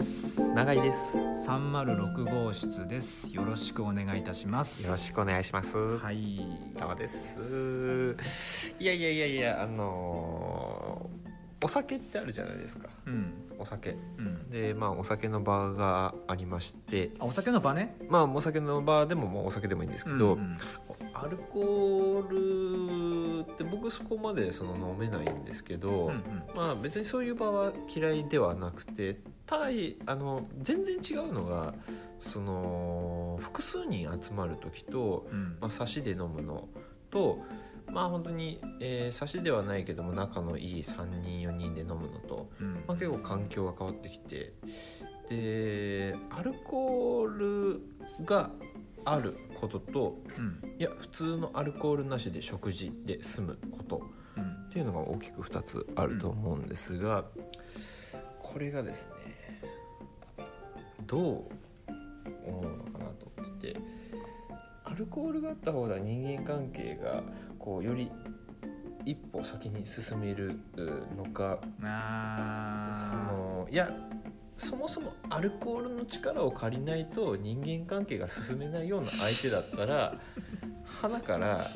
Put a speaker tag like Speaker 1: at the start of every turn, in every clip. Speaker 1: 永井ですよ
Speaker 2: 306号室ですよろしくお願いいたします
Speaker 1: ろしくお願いします
Speaker 2: はいい
Speaker 1: 玉ですいやいやいやいやあのーお酒ってあるじゃないですか
Speaker 2: うん
Speaker 1: お酒
Speaker 2: うん
Speaker 1: でまあお酒の場がありまして
Speaker 2: あお酒の場ね
Speaker 1: まあお酒の場でも、まあ、お酒でもいいんですけど、
Speaker 2: うんうん
Speaker 1: アルコールって僕そこまでその飲めないんですけど、
Speaker 2: うんうん
Speaker 1: まあ別にそういう場は嫌いではなくてたいあの全然違うのがその複数人集まる時と、
Speaker 2: うん
Speaker 1: まあ、差しで飲むのとまあ本当に、えー、差しではないけども仲のいい3人4人で飲むのと、
Speaker 2: うん
Speaker 1: まあ、結構環境が変わってきてでアルコールがあることと
Speaker 2: うん
Speaker 1: いや普通のアルコールなしで食事で済むこと
Speaker 2: うん
Speaker 1: っていうのが大きく2つあると思うんですが、これがですねどう思うのかなと思っててアルコールがあった方が人間関係がこうより一歩先に進めるうのか
Speaker 2: あ
Speaker 1: そのいやそもそもアルコールの力を借りないと人間関係が進めないような相手だったら 花から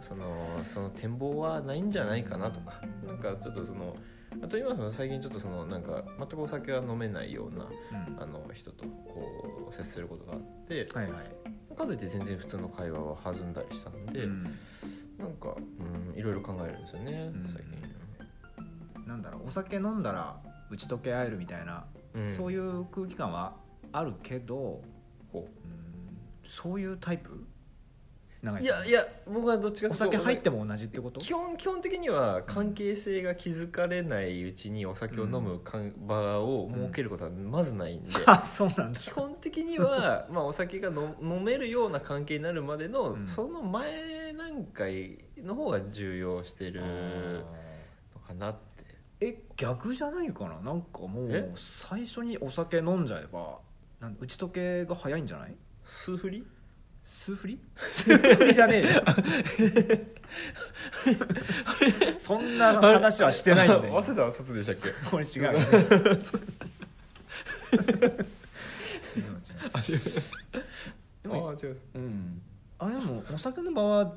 Speaker 1: そのその展望はないんじゃないかなとかなんかちょっとそのあと今その最近ちょっとそのなんか全くお酒は飲めないような
Speaker 2: ーうん
Speaker 1: あの人とこう接することがあって
Speaker 2: はいはい
Speaker 1: かといって全然普通の会話は弾んだりしたので、
Speaker 2: うん
Speaker 1: なんかうんいろいろ考えるんですよね
Speaker 2: うん
Speaker 1: 最近。
Speaker 2: なんだろうお酒飲んだら打ち解け合えるみたいな
Speaker 1: うん
Speaker 2: そういう空気感はあるけど
Speaker 1: こう
Speaker 2: うんそういうタイプ長
Speaker 1: い
Speaker 2: 井さん
Speaker 1: やいや僕はどっちか
Speaker 2: お
Speaker 1: というと
Speaker 2: 酒入っても同じってこと
Speaker 1: 基本基本的には関係性が築かれないうちにお酒を飲むかん場を設けることはまずないん で、
Speaker 2: あそうなんだ
Speaker 1: 基本的にはまあお酒がの飲めるような関係になるまでの、
Speaker 2: うん
Speaker 1: その前段階の方が重要してるのかなって
Speaker 2: え逆じゃないかななんかも
Speaker 1: え
Speaker 2: う最初にお酒飲んじゃえばなん打ち解けが早いんじゃない
Speaker 1: 数振り
Speaker 2: 数振 り数振りじゃねえよそんな話はしてないん だ
Speaker 1: あ
Speaker 2: よ
Speaker 1: 早稲田は卒でしたっけ
Speaker 2: これ違うよ、違う違うでも
Speaker 1: あ違います
Speaker 2: うんあでもお酒の場は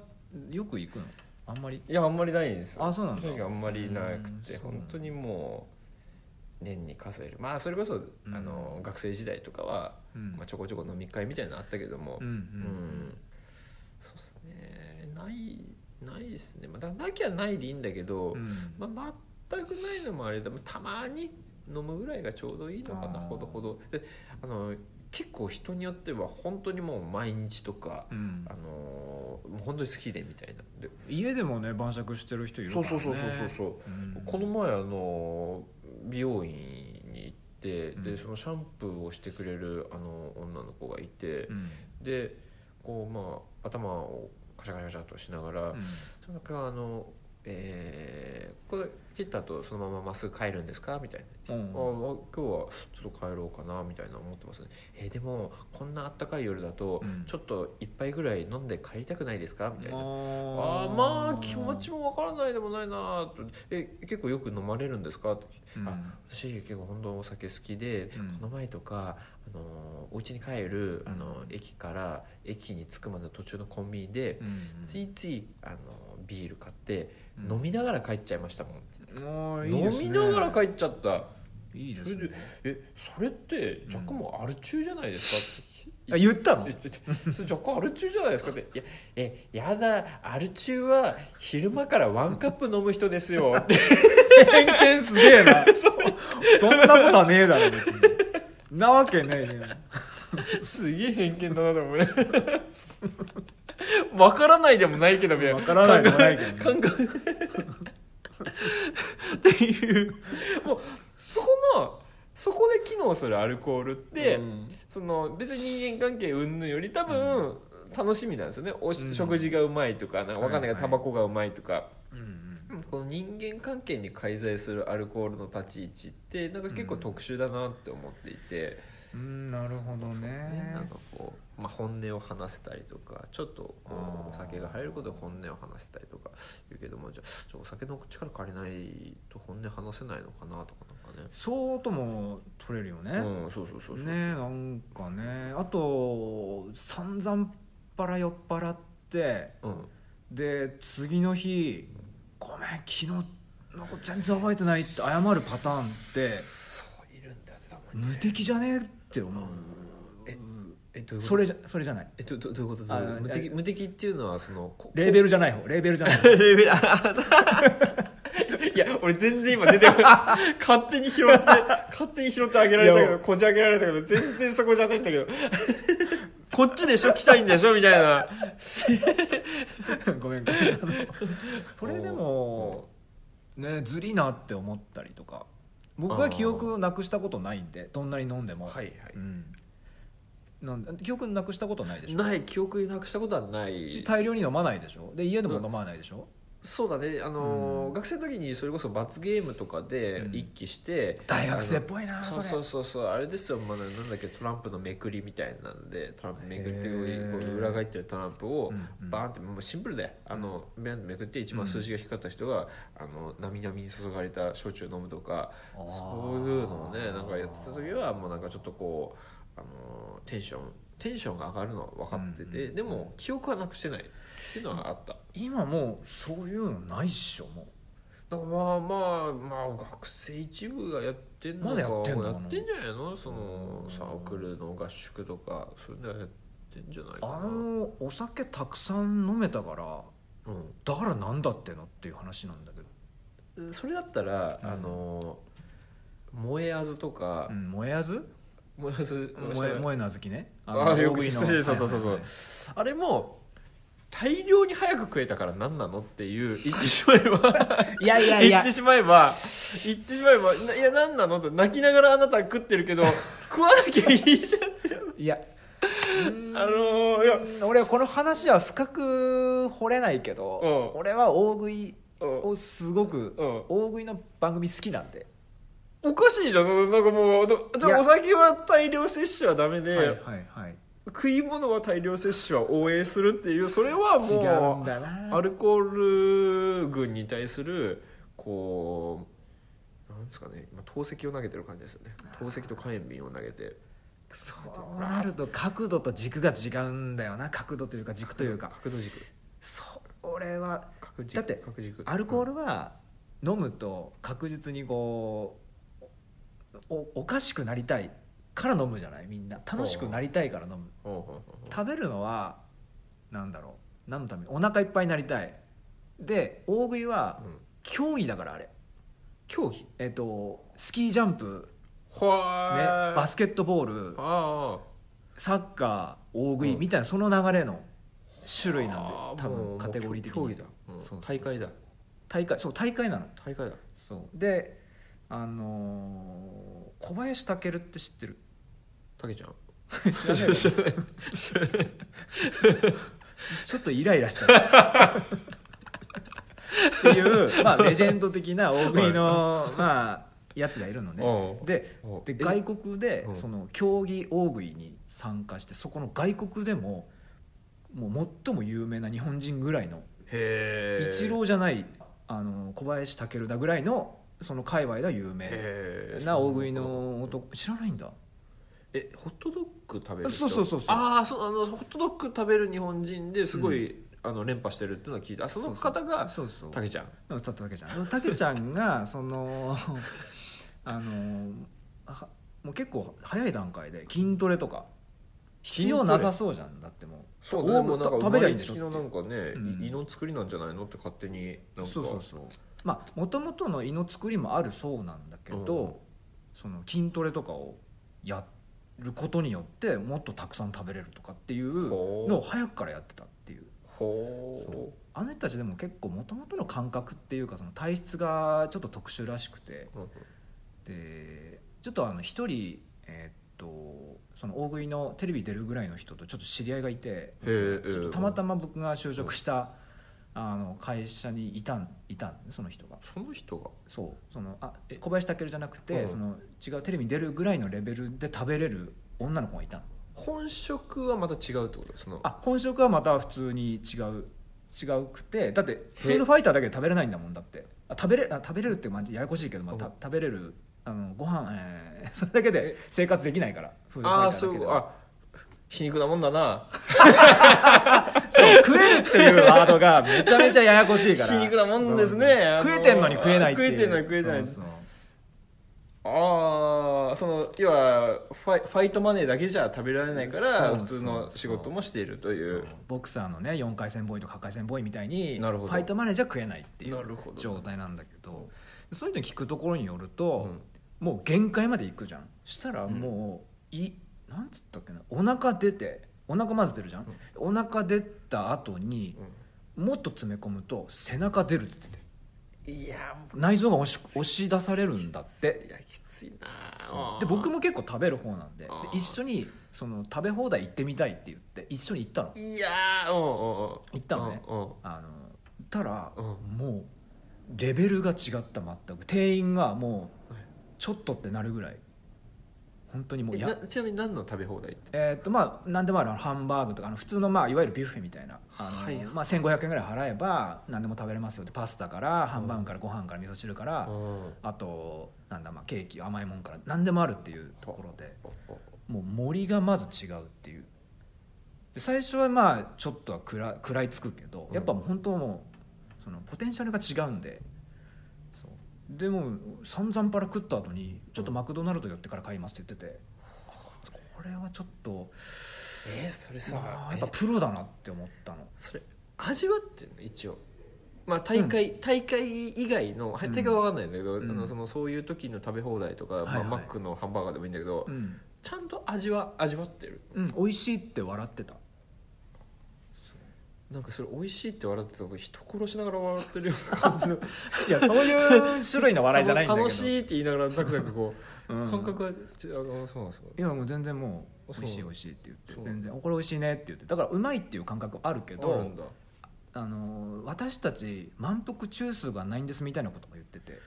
Speaker 2: よく行くのあんまり
Speaker 1: いやあんまりないんですよ
Speaker 2: あそうなんだ
Speaker 1: とにかくあんまりなく
Speaker 2: う
Speaker 1: て
Speaker 2: んそうなんだ
Speaker 1: 本当にもう年に数えるまあそれこそ、あの学生時代とかは、
Speaker 2: うん
Speaker 1: まあ、ちょこちょこ飲み会みたいなのあったけども
Speaker 2: うん
Speaker 1: うんそうですねないないですねまあだなきゃないでいいんだけど、
Speaker 2: うん
Speaker 1: まあ、全くないのもあれだまあたまに飲むぐらいがちょうどいいのか
Speaker 2: あ
Speaker 1: な
Speaker 2: ー
Speaker 1: ほどほどであの結構人によっては本当にもう毎日とか、
Speaker 2: うん
Speaker 1: あのもう本当に好きでみたいなで
Speaker 2: 家でもね晩酌してる人いるか
Speaker 1: そ
Speaker 2: ら、ね、
Speaker 1: うそうそうそうそうそう
Speaker 2: うん
Speaker 1: この前あの美容院に行って、
Speaker 2: う
Speaker 1: で
Speaker 2: ん
Speaker 1: そのシャンプーをしてくれるあの女の子がいて、
Speaker 2: うん
Speaker 1: でこうまあ頭をカシャカシャカシャとしながら、
Speaker 2: うん
Speaker 1: その子はあの、えーこれ切った後そのまままっすぐ帰るんですか?」みたいな。
Speaker 2: うん
Speaker 1: ああ今日はちょっと帰ろうかなみたいな思ってますね、えーでもこんなあったかい夜だと
Speaker 2: うん
Speaker 1: ちょっと一杯ぐらい飲んで帰りたくないですかみたいなあ
Speaker 2: あ
Speaker 1: ーまあ気持ちもわからないでもないなとえ結構よく飲まれるんですかって
Speaker 2: うん
Speaker 1: あ私結構本当お酒好きで、
Speaker 2: うん
Speaker 1: この前とか、あのーお家に帰る、あのー駅から駅に着くまでの途中のコンビニで、ついつい、あのービール買って、
Speaker 2: うん
Speaker 1: 飲みながら帰っちゃいましたもん、
Speaker 2: うんいいですね
Speaker 1: 飲みながら帰っちゃった
Speaker 2: いいで
Speaker 1: それ
Speaker 2: す
Speaker 1: で
Speaker 2: ね
Speaker 1: 「えそれって若干もうアル中じゃないですか?」って
Speaker 2: あ言ったの
Speaker 1: えちょちょそれ若干アル中じゃないですかって「いやえやだアル中は昼間からワンカップ飲む人ですよ」って
Speaker 2: 偏見すげえなそんなことはねえだろ別になわけねえね
Speaker 1: すげえ偏見だなと思うね わからないでもないけどみたいな
Speaker 2: わからないでもないけど
Speaker 1: 考え考えっていうもうそこのそこで機能するアルコールって、
Speaker 2: うん
Speaker 1: その別に人間関係云々より多分楽しみなんですよねおし、
Speaker 2: うん
Speaker 1: 食事がうまいとかなんかわかんない
Speaker 2: はい
Speaker 1: けど
Speaker 2: は
Speaker 1: タ
Speaker 2: い
Speaker 1: バコがうまいとか、
Speaker 2: うん
Speaker 1: この人間関係に介在するアルコールの立ち位置ってなんか結構特殊だなって思っていて、
Speaker 2: うんなるほど
Speaker 1: そう
Speaker 2: ね
Speaker 1: なんかこう、まあ、本音を話せたりとかちょっとこ
Speaker 2: あー
Speaker 1: うお酒が入ることで本音を話せたりとか言うけどもじゃあじゃあお酒の力借りないと本音話せないのかなとかなんかね
Speaker 2: ショートも取れるよね、
Speaker 1: うんそうそうそうそう、
Speaker 2: ねなんかねあと散々パラ酔っ払って
Speaker 1: うん、
Speaker 2: で次の日「ごめん昨日のこと全然覚えてない」って謝るパターンって
Speaker 1: そういるんだよねたまにね
Speaker 2: 無敵じゃねえって思う、
Speaker 1: ええどういうこと
Speaker 2: それじゃそれじゃない
Speaker 1: えどどどういうことど
Speaker 2: あ
Speaker 1: ういうこと無敵
Speaker 2: え
Speaker 1: 無敵っていうのはそのこ
Speaker 2: レーベルじゃない方レーベルじゃ ない方
Speaker 1: レベルあーそういや俺全然今出て こない勝手に拾って勝手に拾ってあげられたけ
Speaker 2: い
Speaker 1: ど
Speaker 2: や
Speaker 1: こじ上げられたけど全然そこじゃないんだけど こっちでしょ来たいんでしょみたいな
Speaker 2: ごめんごめんあの これでもねずりなって思ったりとか僕は記憶をなくしたことないんでどんなに飲んでも、
Speaker 1: はいはい
Speaker 2: うん、なん記憶なくしたことないでしょ
Speaker 1: ない記憶になくしたことはない
Speaker 2: し大量に飲まないでしょで家でも飲まないでしょ、
Speaker 1: そうだねあのー、
Speaker 2: うん
Speaker 1: 学生の時にそれこそ罰ゲームとかで
Speaker 2: うん
Speaker 1: 一気して、
Speaker 2: 大学生っぽい
Speaker 1: あ
Speaker 2: な
Speaker 1: の
Speaker 2: そ
Speaker 1: そう
Speaker 2: れ
Speaker 1: そうそうそうあれですよ、まあ、なんだっけトランプのめくりみたいなんでトランプめくって
Speaker 2: へー
Speaker 1: こう裏返ってるトランプを
Speaker 2: うんうん
Speaker 1: バーンってもうシンプルであのビャンってめくって一番数字が低かった人が、あのなみなみに注がれた焼酎飲むとか
Speaker 2: あー
Speaker 1: そういうのをねなんかやってた時はもうなんかちょっとこう、あのーテンションテンションが上がるのは分かってて、
Speaker 2: うんうんうん
Speaker 1: でも記憶はなくしてないっていうのはあった。
Speaker 2: 今もうそういうのないっしょも
Speaker 1: だからまあまあまあ学生一部がやってんのか
Speaker 2: まだやってんのかな
Speaker 1: やってんじゃないのその
Speaker 2: うん
Speaker 1: サークルの合宿とかそういうのやってんじゃないうか
Speaker 2: あ
Speaker 1: な
Speaker 2: のお酒たくさん飲めたから
Speaker 1: うん
Speaker 2: だからなんだってのっていう話なんだけど、
Speaker 1: それだったら、
Speaker 2: うん
Speaker 1: あの燃えあずとか
Speaker 2: う、ん、燃えあず
Speaker 1: 燃えあず
Speaker 2: 萌え萌えなずきね
Speaker 1: あーよく
Speaker 2: 大食いの
Speaker 1: 失礼そうそうそうそう
Speaker 2: はいはいはい
Speaker 1: あれも大量に早く食えたから何なのっていう言ってしまえば
Speaker 2: いやいやい
Speaker 1: 言
Speaker 2: や
Speaker 1: ってしまえば言ってしまえばないや何なのって泣きながらあなた食ってるけど食わなきゃいいじゃんって
Speaker 2: いや
Speaker 1: あのーいや
Speaker 2: 俺はこの話は深く掘れないけど
Speaker 1: うん
Speaker 2: 俺は大食い
Speaker 1: うん
Speaker 2: をすごく
Speaker 1: うん
Speaker 2: 大食いの番組好きなんで
Speaker 1: おかしいじゃんそのなんかもうどじ
Speaker 2: い
Speaker 1: ゃあ
Speaker 2: や
Speaker 1: お酒は大量摂取はダメで、
Speaker 2: いはい
Speaker 1: 食い物は大量摂取は応援するっていうそれは
Speaker 2: 違うん
Speaker 1: も
Speaker 2: だ
Speaker 1: う
Speaker 2: な
Speaker 1: アルコール群に対するこうなんですかね今透析を投げてる感じですよね透析と火炎瓶を投げて
Speaker 2: そうなると角度と軸が違うんだよな角度というか軸というか
Speaker 1: 角度軸
Speaker 2: それは
Speaker 1: 角軸
Speaker 2: だって
Speaker 1: 角軸
Speaker 2: アルコー
Speaker 1: ル
Speaker 2: ルは飲むと確実にこうおおかしくなりたいから飲むじゃないみんな楽しくなりたいから飲む
Speaker 1: ほうほうほう
Speaker 2: 食べるのはなんだろう何のためにお腹いっぱいになりたいで大食いは
Speaker 1: うん
Speaker 2: 競技だからあれ
Speaker 1: 競技
Speaker 2: えっ、とスキージャンプ、ね、
Speaker 1: は
Speaker 2: バスケットボール
Speaker 1: あ
Speaker 2: サッカー大食い
Speaker 1: うん
Speaker 2: みたいなその流れの種類
Speaker 1: あ
Speaker 2: なんで
Speaker 1: ああ
Speaker 2: 多
Speaker 1: もうも
Speaker 2: 分
Speaker 1: う
Speaker 2: カテゴリー的
Speaker 1: 競
Speaker 2: に
Speaker 1: 技だ、うん
Speaker 2: そうそうそう
Speaker 1: 大会だ
Speaker 2: 大会そう大会なの
Speaker 1: 大会だ
Speaker 2: そうであのー小林武って知ってる
Speaker 1: たけちゃん
Speaker 2: 知らないよ ねちょっとイライラしちゃうっていう、まあ、レジェンド的な大食いの、まあ、やつがいるのね
Speaker 1: おう
Speaker 2: で
Speaker 1: おう
Speaker 2: で
Speaker 1: え
Speaker 2: 外国で
Speaker 1: うん
Speaker 2: その競技大食いに参加してそこの外国でももう最も有名な日本人ぐらいの
Speaker 1: へえ
Speaker 2: 一郎じゃないあの小林武だぐらいのその界隈では有名
Speaker 1: へえ
Speaker 2: な大食いの男知らないんだ
Speaker 1: えホットドッグ食べる
Speaker 2: そ
Speaker 1: 人
Speaker 2: うそうそうそう
Speaker 1: ああそうあのホットドッグ食べる日本人ですごい、あの連覇してるっていうのは聞いたあその方が
Speaker 2: そうそう
Speaker 1: たけちゃん
Speaker 2: うんたたけちゃんたけちゃんが そのあのはもう結構早い段階で筋トレとか必要なさそうじゃんだってもう
Speaker 1: そう
Speaker 2: 多
Speaker 1: で
Speaker 2: く
Speaker 1: もなんか
Speaker 2: た
Speaker 1: 生
Speaker 2: 食
Speaker 1: ま
Speaker 2: べりゃい
Speaker 1: れ
Speaker 2: いんで
Speaker 1: つ
Speaker 2: しょっ
Speaker 1: き
Speaker 2: て
Speaker 1: のなんかね、
Speaker 2: うん
Speaker 1: 胃の作りなんじゃないのって勝手になんか
Speaker 2: そうそうそうまあもともとの胃の作りもあるそうなんだけど、
Speaker 1: うん
Speaker 2: その筋トレとかをやることによってもっとたくさん食べれるとかっていう
Speaker 1: ほう
Speaker 2: のを早くからやってたっていう
Speaker 1: ほ
Speaker 2: あの人たちでも結構もともとの感覚っていうかその体質がちょっと特殊らしくて
Speaker 1: ううん
Speaker 2: でちょっとあの一人えーっとその大食いのテレビ出るぐらいの人とちょっと知り合いがいて
Speaker 1: へー
Speaker 2: ちょっとたまた
Speaker 1: ま
Speaker 2: ま僕が就職したあの会社にいたんいたんその人が
Speaker 1: その人が
Speaker 2: そうそのあ
Speaker 1: え
Speaker 2: 小林武じゃなくて、
Speaker 1: うん
Speaker 2: その違うテレビに出るぐらいのレベルで食べれる女の子がいたの
Speaker 1: 本職はまた違うってことその
Speaker 2: あ本職はまた普通に違う違うくてだってフードファイターだけで食べれないんだもんだってあ食べれあ食べれるってまあややこしいけど、まあた
Speaker 1: うん
Speaker 2: 食べれるあのご飯、えーそ れだけで生活できないからフードファイ
Speaker 1: あ
Speaker 2: ター
Speaker 1: あ
Speaker 2: だけ
Speaker 1: そう
Speaker 2: では
Speaker 1: あ皮肉なもんだな
Speaker 2: 食えるっていうワードがめちゃめちゃややこしいから
Speaker 1: 皮肉なもんですね
Speaker 2: そう
Speaker 1: あの
Speaker 2: 食えてんのに食えないっていう
Speaker 1: 食えてんのに食えない
Speaker 2: そうそう
Speaker 1: ああその要はファイファイトマネーだけじゃ食べられないから
Speaker 2: そう
Speaker 1: 普
Speaker 2: そうそう
Speaker 1: 通の仕事もしているとい
Speaker 2: そううボクサーのね4回戦ボーイとか8回戦ボーイみたいにフ
Speaker 1: なるほど
Speaker 2: ァイトマネーじゃ食えないってい
Speaker 1: な
Speaker 2: う
Speaker 1: るほど
Speaker 2: 状態なんだけどそういうの聞くところによると、
Speaker 1: うん
Speaker 2: もう限界まで行くじゃんしたらもう、いなんつったっけなお腹出てお腹混ぜてるじゃん、お腹出た後に
Speaker 1: うん、
Speaker 2: もっと詰め込むと背中出るって言ってて
Speaker 1: いや
Speaker 2: 内臓が押し押し出されるんだって
Speaker 1: いやきついな
Speaker 2: で僕
Speaker 1: も
Speaker 2: も結構食べる方なんでで
Speaker 1: あー
Speaker 2: 一緒にその食べ放題行ってみたいって言って一緒に行ったの
Speaker 1: いやーうんうんうん
Speaker 2: 行ったのね
Speaker 1: うんうん
Speaker 2: あのたら、
Speaker 1: うん
Speaker 2: もうレベルが違った全く店員がもう
Speaker 1: はい
Speaker 2: ちょっとってなるぐらい本当にもう
Speaker 1: え
Speaker 2: や
Speaker 1: なちなみに何の食べ放題って
Speaker 2: えーっとまあ何でもあるあのハンバーグとかあの普通のまあいわゆるビュッフェみたいなあの、
Speaker 1: はいはい
Speaker 2: まあ、1500円ぐらい払えば何でも食べれますよってパスタからハンバーグからご飯から味噌汁から、
Speaker 1: うん
Speaker 2: あとなんだまあケーキ甘いもんから何でもあるっていうところでもう森がまず違うっていうで最初はまあちょっとは食ら食らいつくけど
Speaker 1: うん
Speaker 2: やっぱもう本当もうそのポテンシャルが違うんでそうでも散々パラ食った後にちょっとマクドナルド寄ってから買いますって言っててこれはちょっと
Speaker 1: えーそれさ
Speaker 2: あーやっ
Speaker 1: え
Speaker 2: ぱプロだなって思ったの
Speaker 1: それ味わってんの一応まあ大会、大会以外のはい大会は分かんないんだけど、
Speaker 2: うん
Speaker 1: あのそのそういう時の食べ放題とか、
Speaker 2: はいはい
Speaker 1: まあ、マックのハンバーガーでもいいんだけど、
Speaker 2: うん、
Speaker 1: ちゃんと味は味わってる
Speaker 2: うん、美味しいって笑ってた
Speaker 1: なんかそれ美味しいって笑ってた僕人殺しながら笑ってるような感じの
Speaker 2: いやそう いう種類の 笑いじゃないんだけど
Speaker 1: 楽しいって言いながらザクザク
Speaker 2: う
Speaker 1: こう、
Speaker 2: ん
Speaker 1: 感覚はちあのそうなんですよ
Speaker 2: いやもう全然もう
Speaker 1: そう
Speaker 2: 美味しい美味しいって言っ
Speaker 1: そ
Speaker 2: て
Speaker 1: う
Speaker 2: 全然おこれ美味しいねって言ってだからうまいっていう感覚あるけ
Speaker 1: ある
Speaker 2: ど
Speaker 1: んだ
Speaker 2: あのー私たち満腹中枢がないんですみたいなことも言ってて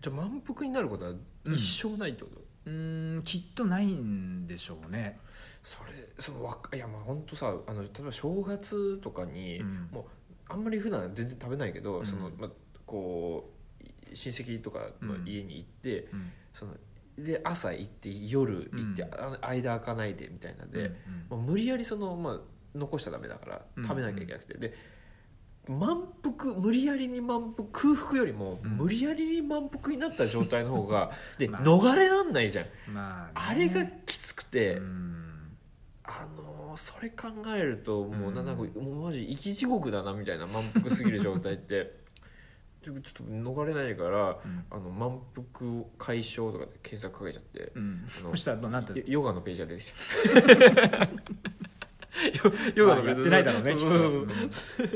Speaker 1: じゃあ満腹になることは一生ないってこと、
Speaker 2: うーんきっとないんでしょうね
Speaker 1: それそのわいやまあ本当さあの例えば正月とかに、
Speaker 2: うん
Speaker 1: もうあんまり普段全然食べないけど、
Speaker 2: うん
Speaker 1: そのまあこうい親戚とかの家に行って、
Speaker 2: うん
Speaker 1: そので朝行って夜行って、
Speaker 2: うん
Speaker 1: あ間開かないでみたいなんで、
Speaker 2: うん
Speaker 1: まあ、無理やりその、まあ、残しちゃダメだから
Speaker 2: うん
Speaker 1: 食べなきゃいけなくて、で満腹無理やりに満腹空腹よりも
Speaker 2: うん
Speaker 1: 無理やりに満腹になった状態の 方が、で、
Speaker 2: まあ
Speaker 1: 逃れらんないじゃん
Speaker 2: まあ
Speaker 1: あ
Speaker 2: ね
Speaker 1: れがきつくて、
Speaker 2: うん
Speaker 1: あのーそれ考えるともうな
Speaker 2: うん
Speaker 1: なんかもうマジ生き地獄だなみたいな満腹すぎる状態って でちょっと逃れないから
Speaker 2: うん
Speaker 1: あの満腹解消とかで検索かけちゃって
Speaker 2: うん
Speaker 1: あの
Speaker 2: そしたらどうなって
Speaker 1: ヨ
Speaker 2: る
Speaker 1: ヨガのページが出て きたヨヨガのペ
Speaker 2: まあや
Speaker 1: ージ
Speaker 2: ってないだろうね
Speaker 1: そうそうそう
Speaker 2: きっと
Speaker 1: そう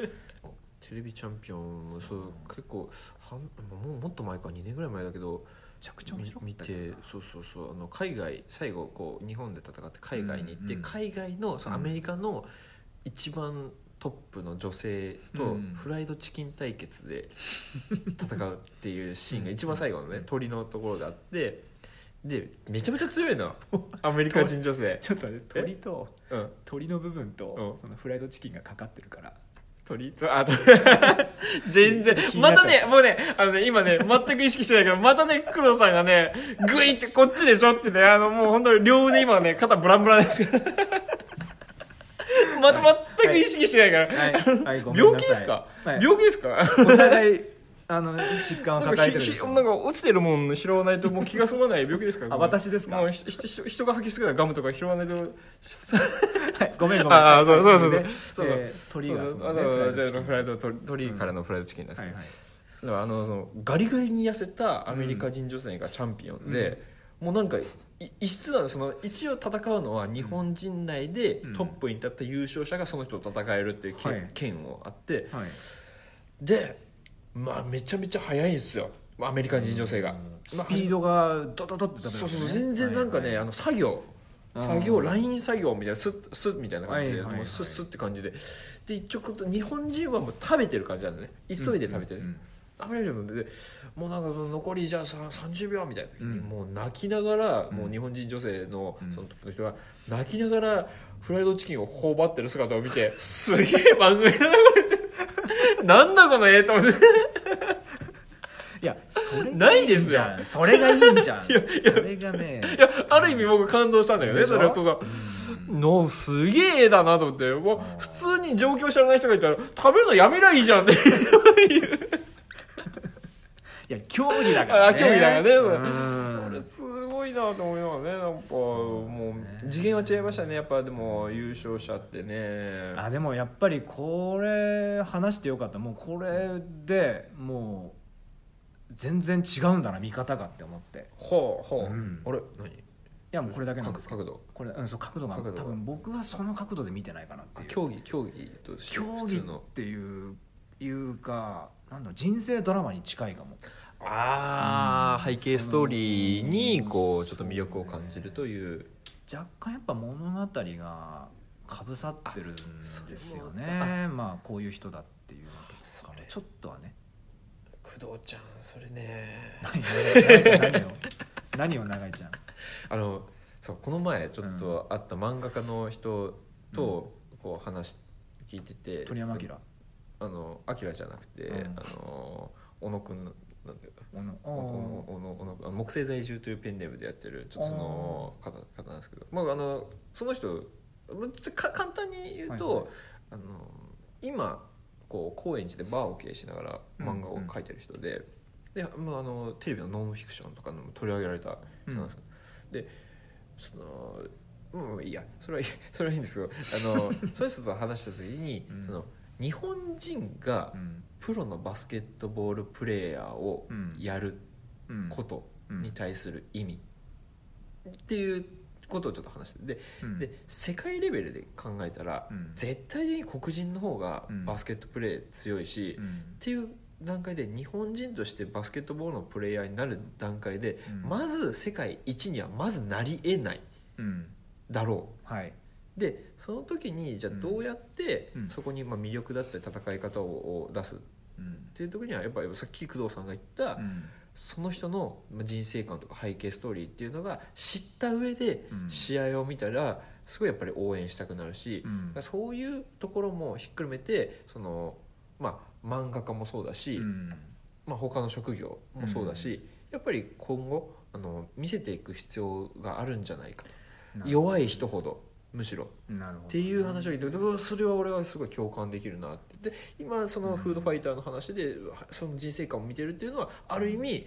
Speaker 1: テレビチャンピオンもそう結構はんもうもっと前か2年ぐらい前だけど
Speaker 2: めちゃくちゃ面白かっ
Speaker 1: 見
Speaker 2: た
Speaker 1: て
Speaker 2: けどな
Speaker 1: そうそうそうあの海外最後こう日本で戦って海外に行って、
Speaker 2: うんうん
Speaker 1: 海外のそう
Speaker 2: うん
Speaker 1: アメリカの一番トップの女性
Speaker 2: う
Speaker 1: と
Speaker 2: ん
Speaker 1: フライドチキン対決で 戦うっていうシーンが一番最後のね鳥のところであってでめちゃめちゃ強 いのアメリカ人女性、
Speaker 2: ちょっと待って
Speaker 1: え
Speaker 2: 鳥と
Speaker 1: うん、
Speaker 2: 鳥の部分と
Speaker 1: う
Speaker 2: そ
Speaker 1: ん
Speaker 2: のフライドチキンがかかってるから
Speaker 1: 鳥 あ鳥全然
Speaker 2: 気にな
Speaker 1: ま
Speaker 2: っちゃ
Speaker 1: た
Speaker 2: う
Speaker 1: ねもうねあのね今ね全く意識してないけどまたね工藤さんがねグイってこっちでしょってねあのもう本当に両腕今ね肩ブランブランですけど また全く意識してないから、
Speaker 2: はいはいごめんなさい
Speaker 1: 病気ですか、
Speaker 2: はい
Speaker 1: 病気ですか
Speaker 2: お互い あの疾患を
Speaker 1: なん
Speaker 2: 抱
Speaker 1: か
Speaker 2: え
Speaker 1: ひ
Speaker 2: てるで
Speaker 1: ひ
Speaker 2: し
Speaker 1: なん
Speaker 2: ょ
Speaker 1: か落ちてるもん拾わないともう気が済 まない病気ですか
Speaker 2: あ私ですか
Speaker 1: もうひひひ人が吐きすぎたガムとか拾わないと
Speaker 2: はいごめんごめん
Speaker 1: あーそうそうそうそう
Speaker 2: ね
Speaker 1: そうそう
Speaker 2: えー鳥が
Speaker 1: そ
Speaker 2: そう
Speaker 1: そう
Speaker 2: の
Speaker 1: あ
Speaker 2: ね
Speaker 1: のじゃあフ
Speaker 2: フライ
Speaker 1: ライド鳥鳥からのフライドチキンなん
Speaker 2: ド
Speaker 1: で
Speaker 2: チ
Speaker 1: す
Speaker 2: キン
Speaker 1: け
Speaker 2: はいはい
Speaker 1: どだからあのそのガリガリに痩せたアメリカ人女性がチャンピオンで、もうなんかい異質なのその一応戦うのは日本人内で
Speaker 2: うん
Speaker 1: トップに立った優勝者がその人と戦えるっていう権,、
Speaker 2: はい
Speaker 1: をあって
Speaker 2: はい
Speaker 1: でまあめちゃめちゃ速いんですよアメリカ人女性が、
Speaker 2: ス
Speaker 1: まあ
Speaker 2: ピードがドドドって
Speaker 1: そうそう全然なんかね、あの作業
Speaker 2: うん
Speaker 1: 作業ライン作業みたいなスッスッみたいな感
Speaker 2: は
Speaker 1: じ
Speaker 2: い
Speaker 1: で、
Speaker 2: はいはい
Speaker 1: もうスッスッって感じでで一応こと日本人はもう食べてる感じなんだね急いで食べてる、あまりにもでもうなんかその残りじゃあさ30秒みたいな時に、
Speaker 2: うん
Speaker 1: もう泣きながら、
Speaker 2: ん
Speaker 1: もう日本人女性の
Speaker 2: うん
Speaker 1: そのトップの人が泣きながらフライドチキンを頬張ってる姿を見て、す げえ番組が流れてるなんだこの絵と思って
Speaker 2: いやそれ
Speaker 1: ないです
Speaker 2: じ
Speaker 1: じゃ
Speaker 2: ゃんそれがいいんじゃん
Speaker 1: いやいや
Speaker 2: それがね
Speaker 1: いやある意味僕感動したんだよね
Speaker 2: でしょ
Speaker 1: それはそうそうのすげえ絵だなと思ってもう普通に状況知らない人がいたら食べるのやめりゃいいじゃんって
Speaker 2: いや競技だから
Speaker 1: あ
Speaker 2: ね
Speaker 1: 競技だからね
Speaker 2: うん
Speaker 1: これすごいなと思いながらねなんかもう次元は違いましたねやっぱでも優勝者ってね
Speaker 2: あでもやっぱりこれ話してよかったもうこれでもう全然違うんだな見方がって思ってい
Speaker 1: ほうほう、
Speaker 2: うん
Speaker 1: あれ何
Speaker 2: やもうこれだけなんですけど
Speaker 1: 角度
Speaker 2: これ、うん、そう角度が
Speaker 1: 角度が
Speaker 2: 多分僕はその角度で見てないかなって
Speaker 1: あ
Speaker 2: いう
Speaker 1: 競技競技として
Speaker 2: 競
Speaker 1: 普
Speaker 2: 技
Speaker 1: 通
Speaker 2: っ
Speaker 1: の
Speaker 2: ていういうかなんだろう人生ドラマに近いかも
Speaker 1: ああ
Speaker 2: うん
Speaker 1: 背景ストーリーにこうちょっと魅力を感じるという
Speaker 2: 若干やっぱ物語がかぶさってるんですよ
Speaker 1: あそれも
Speaker 2: ねまあこういう人だっていうのと
Speaker 1: そ
Speaker 2: か
Speaker 1: れ
Speaker 2: ちょっとはね
Speaker 1: 工藤ちゃんそれね
Speaker 2: 何を何を長井ちゃん
Speaker 1: あのそうこの前ちょっと会った漫画家の人とこう話聞いてて、
Speaker 2: 鳥山明
Speaker 1: あのアキラじゃなくて、
Speaker 2: うん
Speaker 1: あの小野くんなんだよ
Speaker 2: 小野
Speaker 1: 小野
Speaker 2: お
Speaker 1: 小野小野くんあの木星在住というペンネームでやってるちょっとその方方なんですけど、まあ、あのその人まあちょっとか簡単に言うと、
Speaker 2: はい
Speaker 1: あの今こう高円寺でバーを経営しながら漫画を描いてる人で,、でまあ、あのテレビのノンフィクションとかのも取り上げられた人なんですけど、でそのうん、いいやそれはいい それはいいんですけどあ のその人と話した時に、
Speaker 2: うん
Speaker 1: その日本人が
Speaker 2: ーうん
Speaker 1: プロのバスケットボールプレーヤーを
Speaker 2: うん
Speaker 1: やる
Speaker 2: うん
Speaker 1: ことに対する意味っていうことをちょっと話しててで,、
Speaker 2: うん
Speaker 1: で世界レベルで考えたら、
Speaker 2: うん
Speaker 1: 絶対的に黒人の方が
Speaker 2: うん
Speaker 1: バスケットプレー強いし、
Speaker 2: う
Speaker 1: っ
Speaker 2: ん
Speaker 1: ていう段階で日本人としてバスケットボールのプレーヤーになる段階で、
Speaker 2: うん
Speaker 1: まず世界一にはまずなりえない
Speaker 2: うん
Speaker 1: だろう
Speaker 2: はい
Speaker 1: でその時にじゃあどうやって
Speaker 2: うん
Speaker 1: そこにまあ魅力だったり戦い方をを出すっ
Speaker 2: うん
Speaker 1: ていう時にはやっぱりさっき工藤さんが言った、
Speaker 2: うん
Speaker 1: その人のまあ人生観とか背景ストーリーっていうのが知った上で
Speaker 2: うん
Speaker 1: 試合を見たらすごいやっぱり応援したくなるし、
Speaker 2: うん
Speaker 1: そういうところもひっくるめてその、まあ、漫画家もそうだし、
Speaker 2: うん
Speaker 1: まあ、他の職業もそうだし、やっぱり今後あの見せていく必要があるんじゃないか
Speaker 2: な
Speaker 1: 弱い人ほどむしろ。
Speaker 2: なるほど
Speaker 1: っていう話を聞いてでもそれは俺はすごい共感できるなってで今そのフードファイターの話でその人生観を見てるっていうのはある意味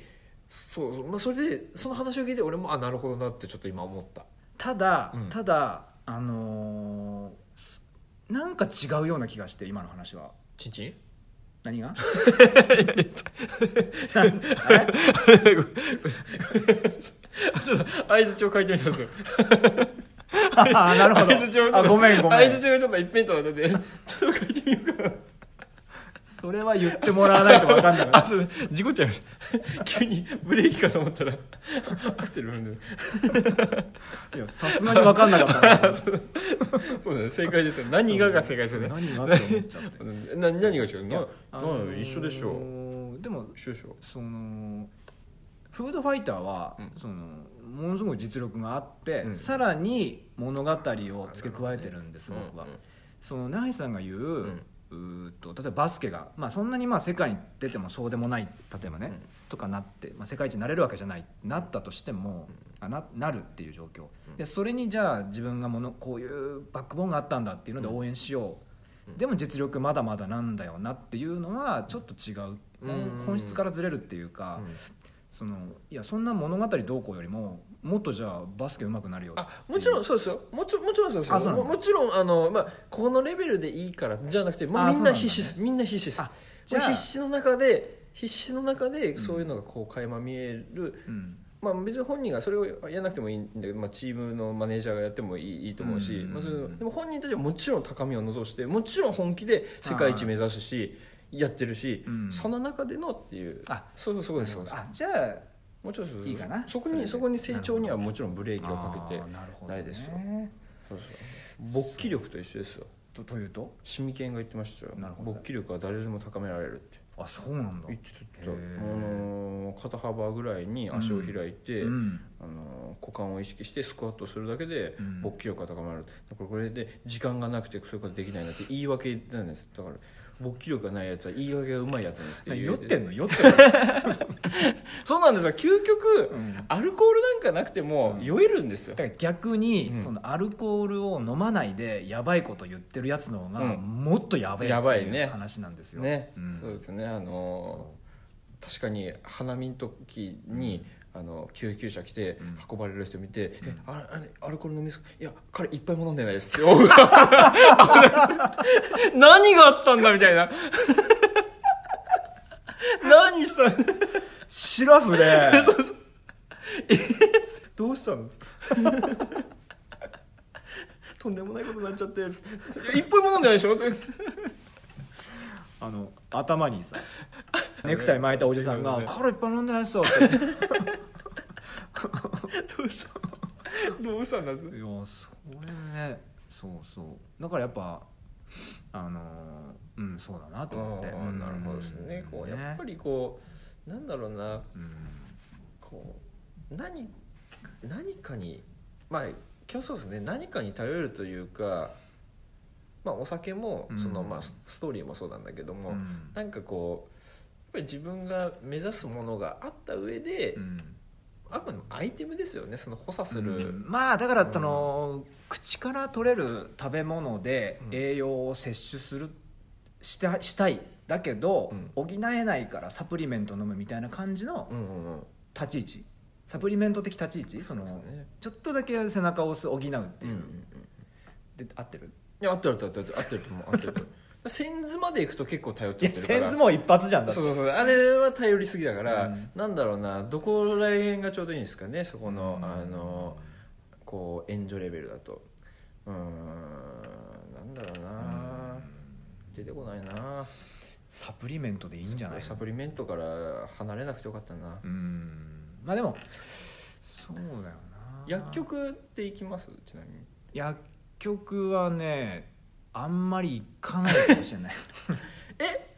Speaker 1: そうそう、まあ、それでその話を聞いて俺もあなるほどなってちょっと今思った
Speaker 2: ただ、
Speaker 1: うん
Speaker 2: ただあのーすなんか違うような気がして今の話は
Speaker 1: チンチ ン
Speaker 2: 何が あれ
Speaker 1: あちょっと相づちを書いてみたんですよ
Speaker 2: ああなるほ
Speaker 1: 相づちをちょっ
Speaker 2: ど
Speaker 1: と
Speaker 2: あごめんごめ
Speaker 1: 相
Speaker 2: ん
Speaker 1: づちをちょっと一辺倒だってちょっと書いてみようかな
Speaker 2: それは言ってもらわないと分かんなくな
Speaker 1: あ
Speaker 2: い
Speaker 1: そう事故っちゃいました 急にブレーキかと思ったらアクセル踏んでる
Speaker 2: いやさすがに分かんなかったな
Speaker 1: そうだね正解ですよ 何がが正解ですよね
Speaker 2: 何がって思っちゃって
Speaker 1: な何が違う
Speaker 2: いや
Speaker 1: の、
Speaker 2: あ
Speaker 1: な
Speaker 2: のー
Speaker 1: 一緒でしょう
Speaker 2: でも
Speaker 1: 一緒でしょ
Speaker 2: そのフードファイターは、
Speaker 1: うん
Speaker 2: そのものすごい実力があって、
Speaker 1: うん
Speaker 2: さらに物語を付け加えてるんです、
Speaker 1: うん
Speaker 2: 僕は、
Speaker 1: うん
Speaker 2: そのナイさんが言う,、
Speaker 1: ん
Speaker 2: うーっと例えばバスケが、まあ、そんなにまあ世界に出てもそうでもない例えばね、
Speaker 1: うん
Speaker 2: とかなって、まあ、世界一になれるわけじゃないなったとしても、あななるっていう状況、
Speaker 1: うん
Speaker 2: でそれにじゃあ自分がものこういうバックボーンがあったんだっていうので
Speaker 1: うん
Speaker 2: 応援しよう、
Speaker 1: うん
Speaker 2: でも実力まだまだなんだよなっていうのはちょっと違う、
Speaker 1: うん
Speaker 2: 本質からずれるっていうか、そのいやそんな物語どうこうよりももっとじゃあバスケ上手くなるよ
Speaker 1: あもちろんそうですよもちろんもちろんそうですよ
Speaker 2: あそうなんだ
Speaker 1: ももちろんあの、まあ、このレベルでいいからじゃなくて、もう
Speaker 2: あ
Speaker 1: み
Speaker 2: そ
Speaker 1: ん
Speaker 2: うな
Speaker 1: な
Speaker 2: んだ
Speaker 1: 必死ですみんな必死です
Speaker 2: あ
Speaker 1: これ
Speaker 2: じゃあ
Speaker 1: 必死の中で必死の中でそういうのがこう垣間見える、
Speaker 2: うん
Speaker 1: まあ、別に本人がそれをやらなくてもいいんだけど、まあ、チームのマネージャーがやってもいいいいと思うし、
Speaker 2: うん
Speaker 1: まあ、それでも本人たちはもちろん高みを望してもちろん本気で世界一目指すしやってるし、
Speaker 2: うん
Speaker 1: その中でのっていう
Speaker 2: あ
Speaker 1: そうそうですそうです
Speaker 2: あじゃあ
Speaker 1: もちろんそうです
Speaker 2: いいかな
Speaker 1: そこ
Speaker 2: それ
Speaker 1: に
Speaker 2: で
Speaker 1: そこに成長にはもちろんブレーキをかけて
Speaker 2: あーなるほど
Speaker 1: な
Speaker 2: ね
Speaker 1: いですよそうそう勃起力と一緒ですよ
Speaker 2: とというと
Speaker 1: シミケンが言ってましたよ
Speaker 2: なるほど
Speaker 1: 勃起力は誰でも高められるって
Speaker 2: あそうなんだ
Speaker 1: 言ってた
Speaker 2: へー
Speaker 1: もう肩幅ぐらいに足を開いて、
Speaker 2: うん
Speaker 1: あの股間を意識してスクワットするだけで
Speaker 2: うん
Speaker 1: 勃起力が高まる、だからこれで時間がなくてそういうことできないなって言い訳なんですだから勃起力がないやつは言い訳がうまいやつなんですって
Speaker 2: 酔ってん
Speaker 1: の
Speaker 2: の酔ってん の、
Speaker 1: そうなんですよ究極、
Speaker 2: うんだ
Speaker 1: アルコールなんかなくても
Speaker 2: うん
Speaker 1: 酔えるんですよ、
Speaker 2: から逆に、
Speaker 1: うん
Speaker 2: そのアルコールを飲まないでやばいこと言ってるやつの方が、
Speaker 1: うん
Speaker 2: もっとやべえ
Speaker 1: やばい
Speaker 2: ってい
Speaker 1: ね
Speaker 2: う話なんですよ、
Speaker 1: ね、
Speaker 2: うん
Speaker 1: そうですねあの
Speaker 2: そ
Speaker 1: ー確かに花見の時に、あの救急車来て
Speaker 2: うん
Speaker 1: 運ばれる人見て
Speaker 2: ん
Speaker 1: 「えああれアルコール飲みすいや彼いっぱいも飲んでないです」って 思う危ないです何があったんだみたいな 何したんだ
Speaker 2: シラフで
Speaker 1: そうそう
Speaker 2: どうしたの
Speaker 1: とんでもないことになっちゃっていや一杯も飲んでないでしょって
Speaker 2: あの頭に さネクタイ巻いたおじさんが「
Speaker 1: ね
Speaker 2: これいっぱい飲んでないっすよ」って言 って
Speaker 1: どうしたどうしたんだっす
Speaker 2: いやそれねそうそうだからやっぱあのーうんそうだなと思って
Speaker 1: ああなるほどですねこうやっぱ、りこうなんだろうな
Speaker 2: うんうん
Speaker 1: こう何何かにまあ今日そうですね何かに頼るというか、まあ、お酒も
Speaker 2: うん
Speaker 1: その、まあ、スストーリーもそうなんだけども、
Speaker 2: うん
Speaker 1: なんかこうやっぱり自分が目指すものがあった上で、
Speaker 2: うん
Speaker 1: あくまでもアイテムですよねその補佐す
Speaker 2: うん
Speaker 1: る、
Speaker 2: まあだからあの口から取れる食べ物で
Speaker 1: うん
Speaker 2: 栄養を摂取するしたしたいだけど、
Speaker 1: うん
Speaker 2: 補えないからサプリメント飲むみたいな感じの
Speaker 1: うんうんうん
Speaker 2: 立ち位置サプリメント的立ち位置その
Speaker 1: そうですね
Speaker 2: ちょっとだけ背中を押す補うっていう、
Speaker 1: うんうんうん
Speaker 2: で合ってる
Speaker 1: いや合ってる合ってる合ってる合ってると思う合ってると思 う先図まで行くと結構頼っ
Speaker 2: い
Speaker 1: ちゃ
Speaker 2: や
Speaker 1: ってるから
Speaker 2: センズも一発じゃんだって
Speaker 1: そうそうそうあれは頼りすぎだから、
Speaker 2: うん
Speaker 1: なんだろうなどこら辺がちょうどいいんですかねそこの、
Speaker 2: うん
Speaker 1: あのこう援助レベルだとうーんなんだろうな、出てこないな
Speaker 2: サプリメントでいいんじゃない
Speaker 1: サプリメントから離れなくてよかったな、
Speaker 2: うんまあでもそうだよな
Speaker 1: 薬局って行きますちなみに
Speaker 2: 薬局はねあんまり行かないかもしれない
Speaker 1: え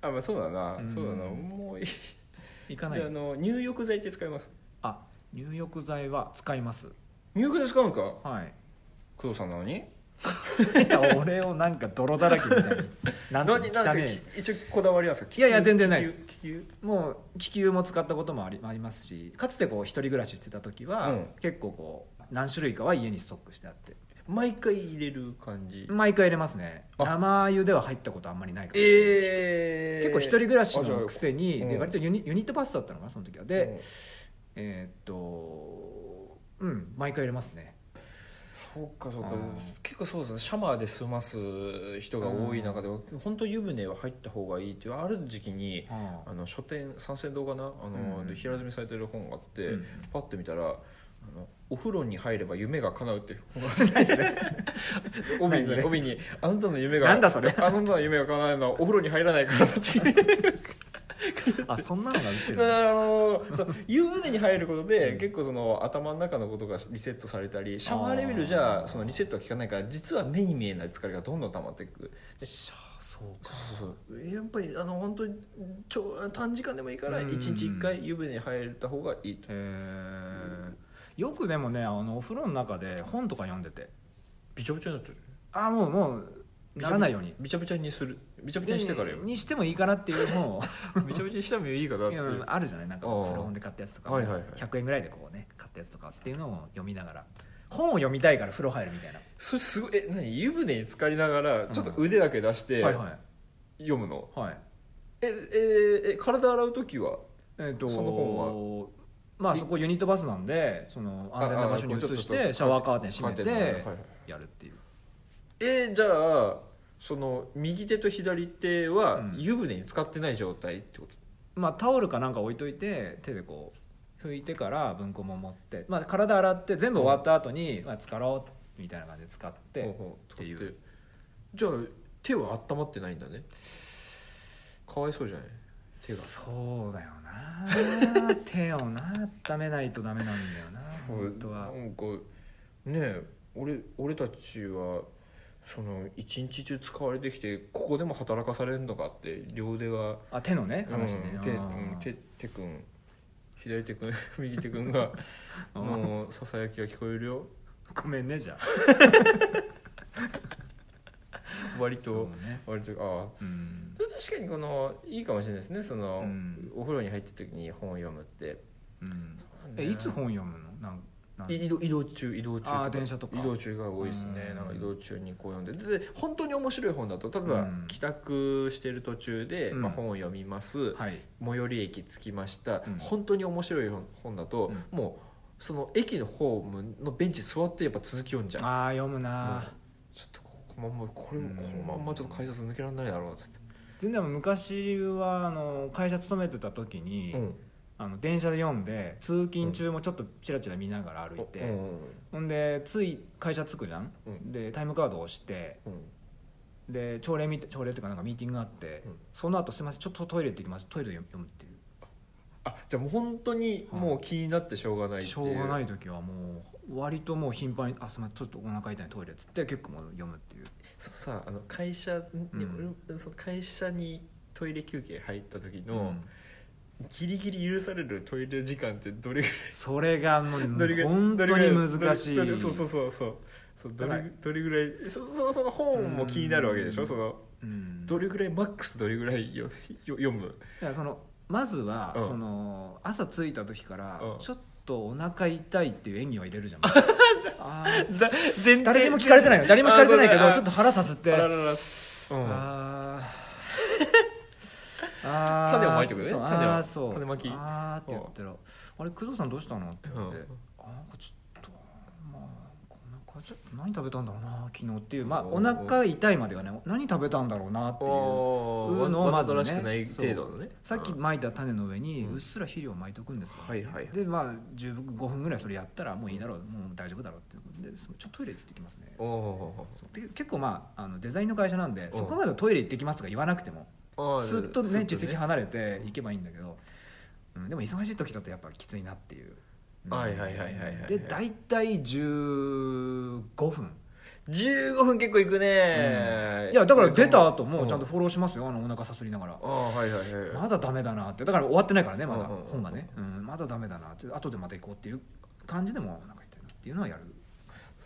Speaker 1: あまあそうだな、
Speaker 2: うん
Speaker 1: そうだなもういいじ
Speaker 2: 行
Speaker 1: ゃ
Speaker 2: か
Speaker 1: あ
Speaker 2: な
Speaker 1: あ
Speaker 2: い
Speaker 1: の入浴剤って使います
Speaker 2: あ入浴剤は使います
Speaker 1: 入浴剤使うんですか
Speaker 2: はい
Speaker 1: 工藤さんなのに
Speaker 2: いや俺をなんか泥だらけ みたいになんてい
Speaker 1: 何
Speaker 2: うの汚
Speaker 1: 何です
Speaker 2: ね
Speaker 1: かき一応こだわりなんですか
Speaker 2: いやいや全然ないです
Speaker 1: 気球気球
Speaker 2: えもう気球も使ったこともありありますしかつてこう一人暮らししてた時は、
Speaker 1: うん
Speaker 2: 結構こう何種類かは家にストックしてあって
Speaker 1: 毎回入れる感じ
Speaker 2: 毎回入れますね
Speaker 1: あ
Speaker 2: 生湯では入ったことあんまりないから、
Speaker 1: ええ
Speaker 2: 結構一人暮らしのくせに
Speaker 1: あじゃあ
Speaker 2: で
Speaker 1: うん
Speaker 2: 割とユニユニットバスだったのかなその時はで、えーっとうん毎回入れますね
Speaker 1: そうかそうか
Speaker 2: うん
Speaker 1: 結構そうですねシャワーで済ます人が多い中で本当湯船は入った方がいいっていうある時期に
Speaker 2: あ
Speaker 1: あの書店三省堂かなあの、
Speaker 2: うん
Speaker 1: で平積みされてる本があって、
Speaker 2: うん
Speaker 1: パッて見たらあのお風呂に入れば夢が叶うっていう本が
Speaker 2: 何
Speaker 1: あって帯
Speaker 2: そ
Speaker 1: に
Speaker 2: れ
Speaker 1: 帯にあなたの夢が
Speaker 2: なんだそれ
Speaker 1: あなたの夢が叶うのはお風呂に入らないからだって
Speaker 2: あそんなのが売ってるん
Speaker 1: だか
Speaker 2: だ
Speaker 1: らあのー そう湯船に入ることで、
Speaker 2: うん
Speaker 1: 結構その頭の中のことがリセットされたりシャワーレベルじゃ
Speaker 2: あー
Speaker 1: そのリセットが効かないから実は目に見えない疲れがどんどん溜まっていく
Speaker 2: しゃあそうか
Speaker 1: そうそうそうやっぱりあの本当にちょ短時間でもいいから
Speaker 2: う
Speaker 1: 1
Speaker 2: ん
Speaker 1: 日1回湯船に入った方がいいと
Speaker 2: へえよくでもねあのお風呂の中で本とか読んでて
Speaker 1: びちゃびちゃになっちゃう
Speaker 2: ああもうもうならないように
Speaker 1: びちゃびちゃにするびちゃびちゃにしてからよ
Speaker 2: にしてもいいかなっていう本 を
Speaker 1: びちゃびちゃにしたらいいかなっ
Speaker 2: い
Speaker 1: てい
Speaker 2: や
Speaker 1: う
Speaker 2: あるじゃないなんか
Speaker 1: あー
Speaker 2: 古本で買ったやつとか、
Speaker 1: はいはいはい
Speaker 2: 100円ぐらいでこうね買ったやつとかっていうのを読みながら本を読みたいから風呂入るみたいな、
Speaker 1: それすごいえ何湯船に浸かりながら
Speaker 2: ん
Speaker 1: ちょっと腕だけ出して
Speaker 2: はいは
Speaker 1: 読むの、
Speaker 2: いはい
Speaker 1: えええ体洗う時は
Speaker 2: えー、と
Speaker 1: その本
Speaker 2: まあそこユニットバスなんでその安全な場所に移し
Speaker 1: ああこうちょっと
Speaker 2: てシャワーカーテン閉め
Speaker 1: カーテン
Speaker 2: て
Speaker 1: のはい
Speaker 2: やるっていう
Speaker 1: えーじゃあその右手と左手は
Speaker 2: うん
Speaker 1: 湯船に使ってない状態ってこと、
Speaker 2: まあタオルかなんか置いといて手でこう拭いてから文庫も持って、まあ、体洗って全部終わった後に、まあ、浸ろうみたいな感じで使って、
Speaker 1: ほうほう
Speaker 2: っていう
Speaker 1: 使ってじゃあ手は温まってないんだねかわいそうじゃない手が
Speaker 2: そうだよ な手をな温めないとダメなんだよな本当は
Speaker 1: なんかねえ俺俺たちはその一日中使われてきてここでも働かされるのかって両腕が
Speaker 2: あ手のね話ね、
Speaker 1: うん
Speaker 2: あ
Speaker 1: 手う
Speaker 2: ー
Speaker 1: ん手手くん左手くん 右手くんが
Speaker 2: うん
Speaker 1: のささやきが聞こえるよ
Speaker 2: ごめんねじゃあ
Speaker 1: 割と
Speaker 2: そうね
Speaker 1: 割とああ
Speaker 2: うん
Speaker 1: 確かにこのいいかもしれないですねその、
Speaker 2: うん
Speaker 1: お風呂に入ってる時に本を読むって、
Speaker 2: うんえいつ本読むのなんなん
Speaker 1: い移動移動中移動中
Speaker 2: あー電車とか
Speaker 1: 移動中が多いですね
Speaker 2: うん
Speaker 1: なんか移動中にこう読んでで本当に面白い本だと例え
Speaker 2: う
Speaker 1: ば
Speaker 2: ん
Speaker 1: 帰宅してる途中で、
Speaker 2: うん
Speaker 1: まあ、本を読みます、
Speaker 2: はい
Speaker 1: 最寄り駅着きました、
Speaker 2: うん
Speaker 1: 本当に面白い本本だと、もうその駅のホームのベンチに座ってやっぱ続き読んじゃう
Speaker 2: ああ読む
Speaker 1: も
Speaker 2: な
Speaker 1: うちょっとここのまんまこれ、
Speaker 2: うん
Speaker 1: このまんまちょっと改札抜けられないだろうなっつって、
Speaker 2: 全然昔はあの会社勤めてた時に、
Speaker 1: うん
Speaker 2: あの電車で読んで通勤中もちょっとチラチラ見ながら歩いて、
Speaker 1: うん
Speaker 2: ほんでつい会社着くじゃん、
Speaker 1: うん
Speaker 2: でタイムカードを押して
Speaker 1: うん
Speaker 2: で朝礼みた朝礼っていうかなんかミーティングがあって、
Speaker 1: うん
Speaker 2: その後すいませんちょっとトイレ行ってきますトイレ読むっていう
Speaker 1: あじゃあもう本当にもう気になってしょうがないっていう
Speaker 2: しょうがない時はもう割ともう頻繁に「あすいませんちょっとお腹痛いトイレ」っつって結構もう読むっていう
Speaker 1: そうさあの会社に、
Speaker 2: うん
Speaker 1: 俺その会社にトイレ休憩入った時
Speaker 2: う
Speaker 1: の、
Speaker 2: ん
Speaker 1: ギリギリ許されるトイレ時間ってどれぐらい
Speaker 2: それがもう
Speaker 1: どれぐらい
Speaker 2: 本当
Speaker 1: どれ
Speaker 2: に
Speaker 1: ぐら
Speaker 2: 難しい
Speaker 1: どれどれそうそうそうそうそうど
Speaker 2: だ
Speaker 1: れ
Speaker 2: から
Speaker 1: どれぐらいそそのその本も気になるわけでしょ、
Speaker 2: うん
Speaker 1: その
Speaker 2: うん
Speaker 1: どれぐらいマックスどれぐらいよよ読む
Speaker 2: だからそのまずは、
Speaker 1: うん
Speaker 2: その朝着いた時から、
Speaker 1: うん
Speaker 2: ちょっとお腹痛いっていう演技を入れる じゃんあー
Speaker 1: だ全
Speaker 2: 誰にも聞かれてないよ誰にも聞かれてないけどちょっと腹させて
Speaker 1: あら
Speaker 2: あ
Speaker 1: ららうん
Speaker 2: あー あー
Speaker 1: 種をまいてくるね
Speaker 2: そう
Speaker 1: 種を
Speaker 2: あーそう
Speaker 1: 種まき
Speaker 2: あーって言ったらあれ工藤さんどうしたのって言って、
Speaker 1: うん
Speaker 2: あーなんかちょっとまあお腹ちょっと何食べたんだろうな昨日っていうまあ
Speaker 1: お
Speaker 2: お
Speaker 1: ー
Speaker 2: 腹痛いまではね何食べたんだろうなっていう
Speaker 1: お
Speaker 2: う
Speaker 1: ー
Speaker 2: のを
Speaker 1: わわ
Speaker 2: ま
Speaker 1: ざ
Speaker 2: ず
Speaker 1: と
Speaker 2: ね
Speaker 1: らしくない程度のね
Speaker 2: さっき
Speaker 1: うん
Speaker 2: まいた種の上に
Speaker 1: うん
Speaker 2: うっすら肥料をまいておくんですよ、
Speaker 1: はいはいはい
Speaker 2: でまあ15分ぐらいそれやったらもういいだろう、もう大丈夫だろうっていうことでそのちょっとトイレ行ってきますね
Speaker 1: おお
Speaker 2: で結構まああのデザインの会社なんで
Speaker 1: ん
Speaker 2: そこまでトイレ行ってきますとか言わなくても
Speaker 1: あー
Speaker 2: ずっとね自席
Speaker 1: ね
Speaker 2: 離れて行けばいいんだけど、うん、でも忙しい時だとやっぱきついなっていう、うん
Speaker 1: はいはいはいはいはい
Speaker 2: で大体15分
Speaker 1: 15分結構いくね、
Speaker 2: いやだから出た後
Speaker 1: う
Speaker 2: もちゃんと
Speaker 1: う
Speaker 2: フォローしますよあのお腹さすりながら
Speaker 1: ああはいはいはい、
Speaker 2: まだダメだなってだから終わってないからねまだ
Speaker 1: うんうんうん
Speaker 2: 本がね、うん、まだダメだなって後でまた行こうっていう感じでもなんか痛いなっていうのはやる、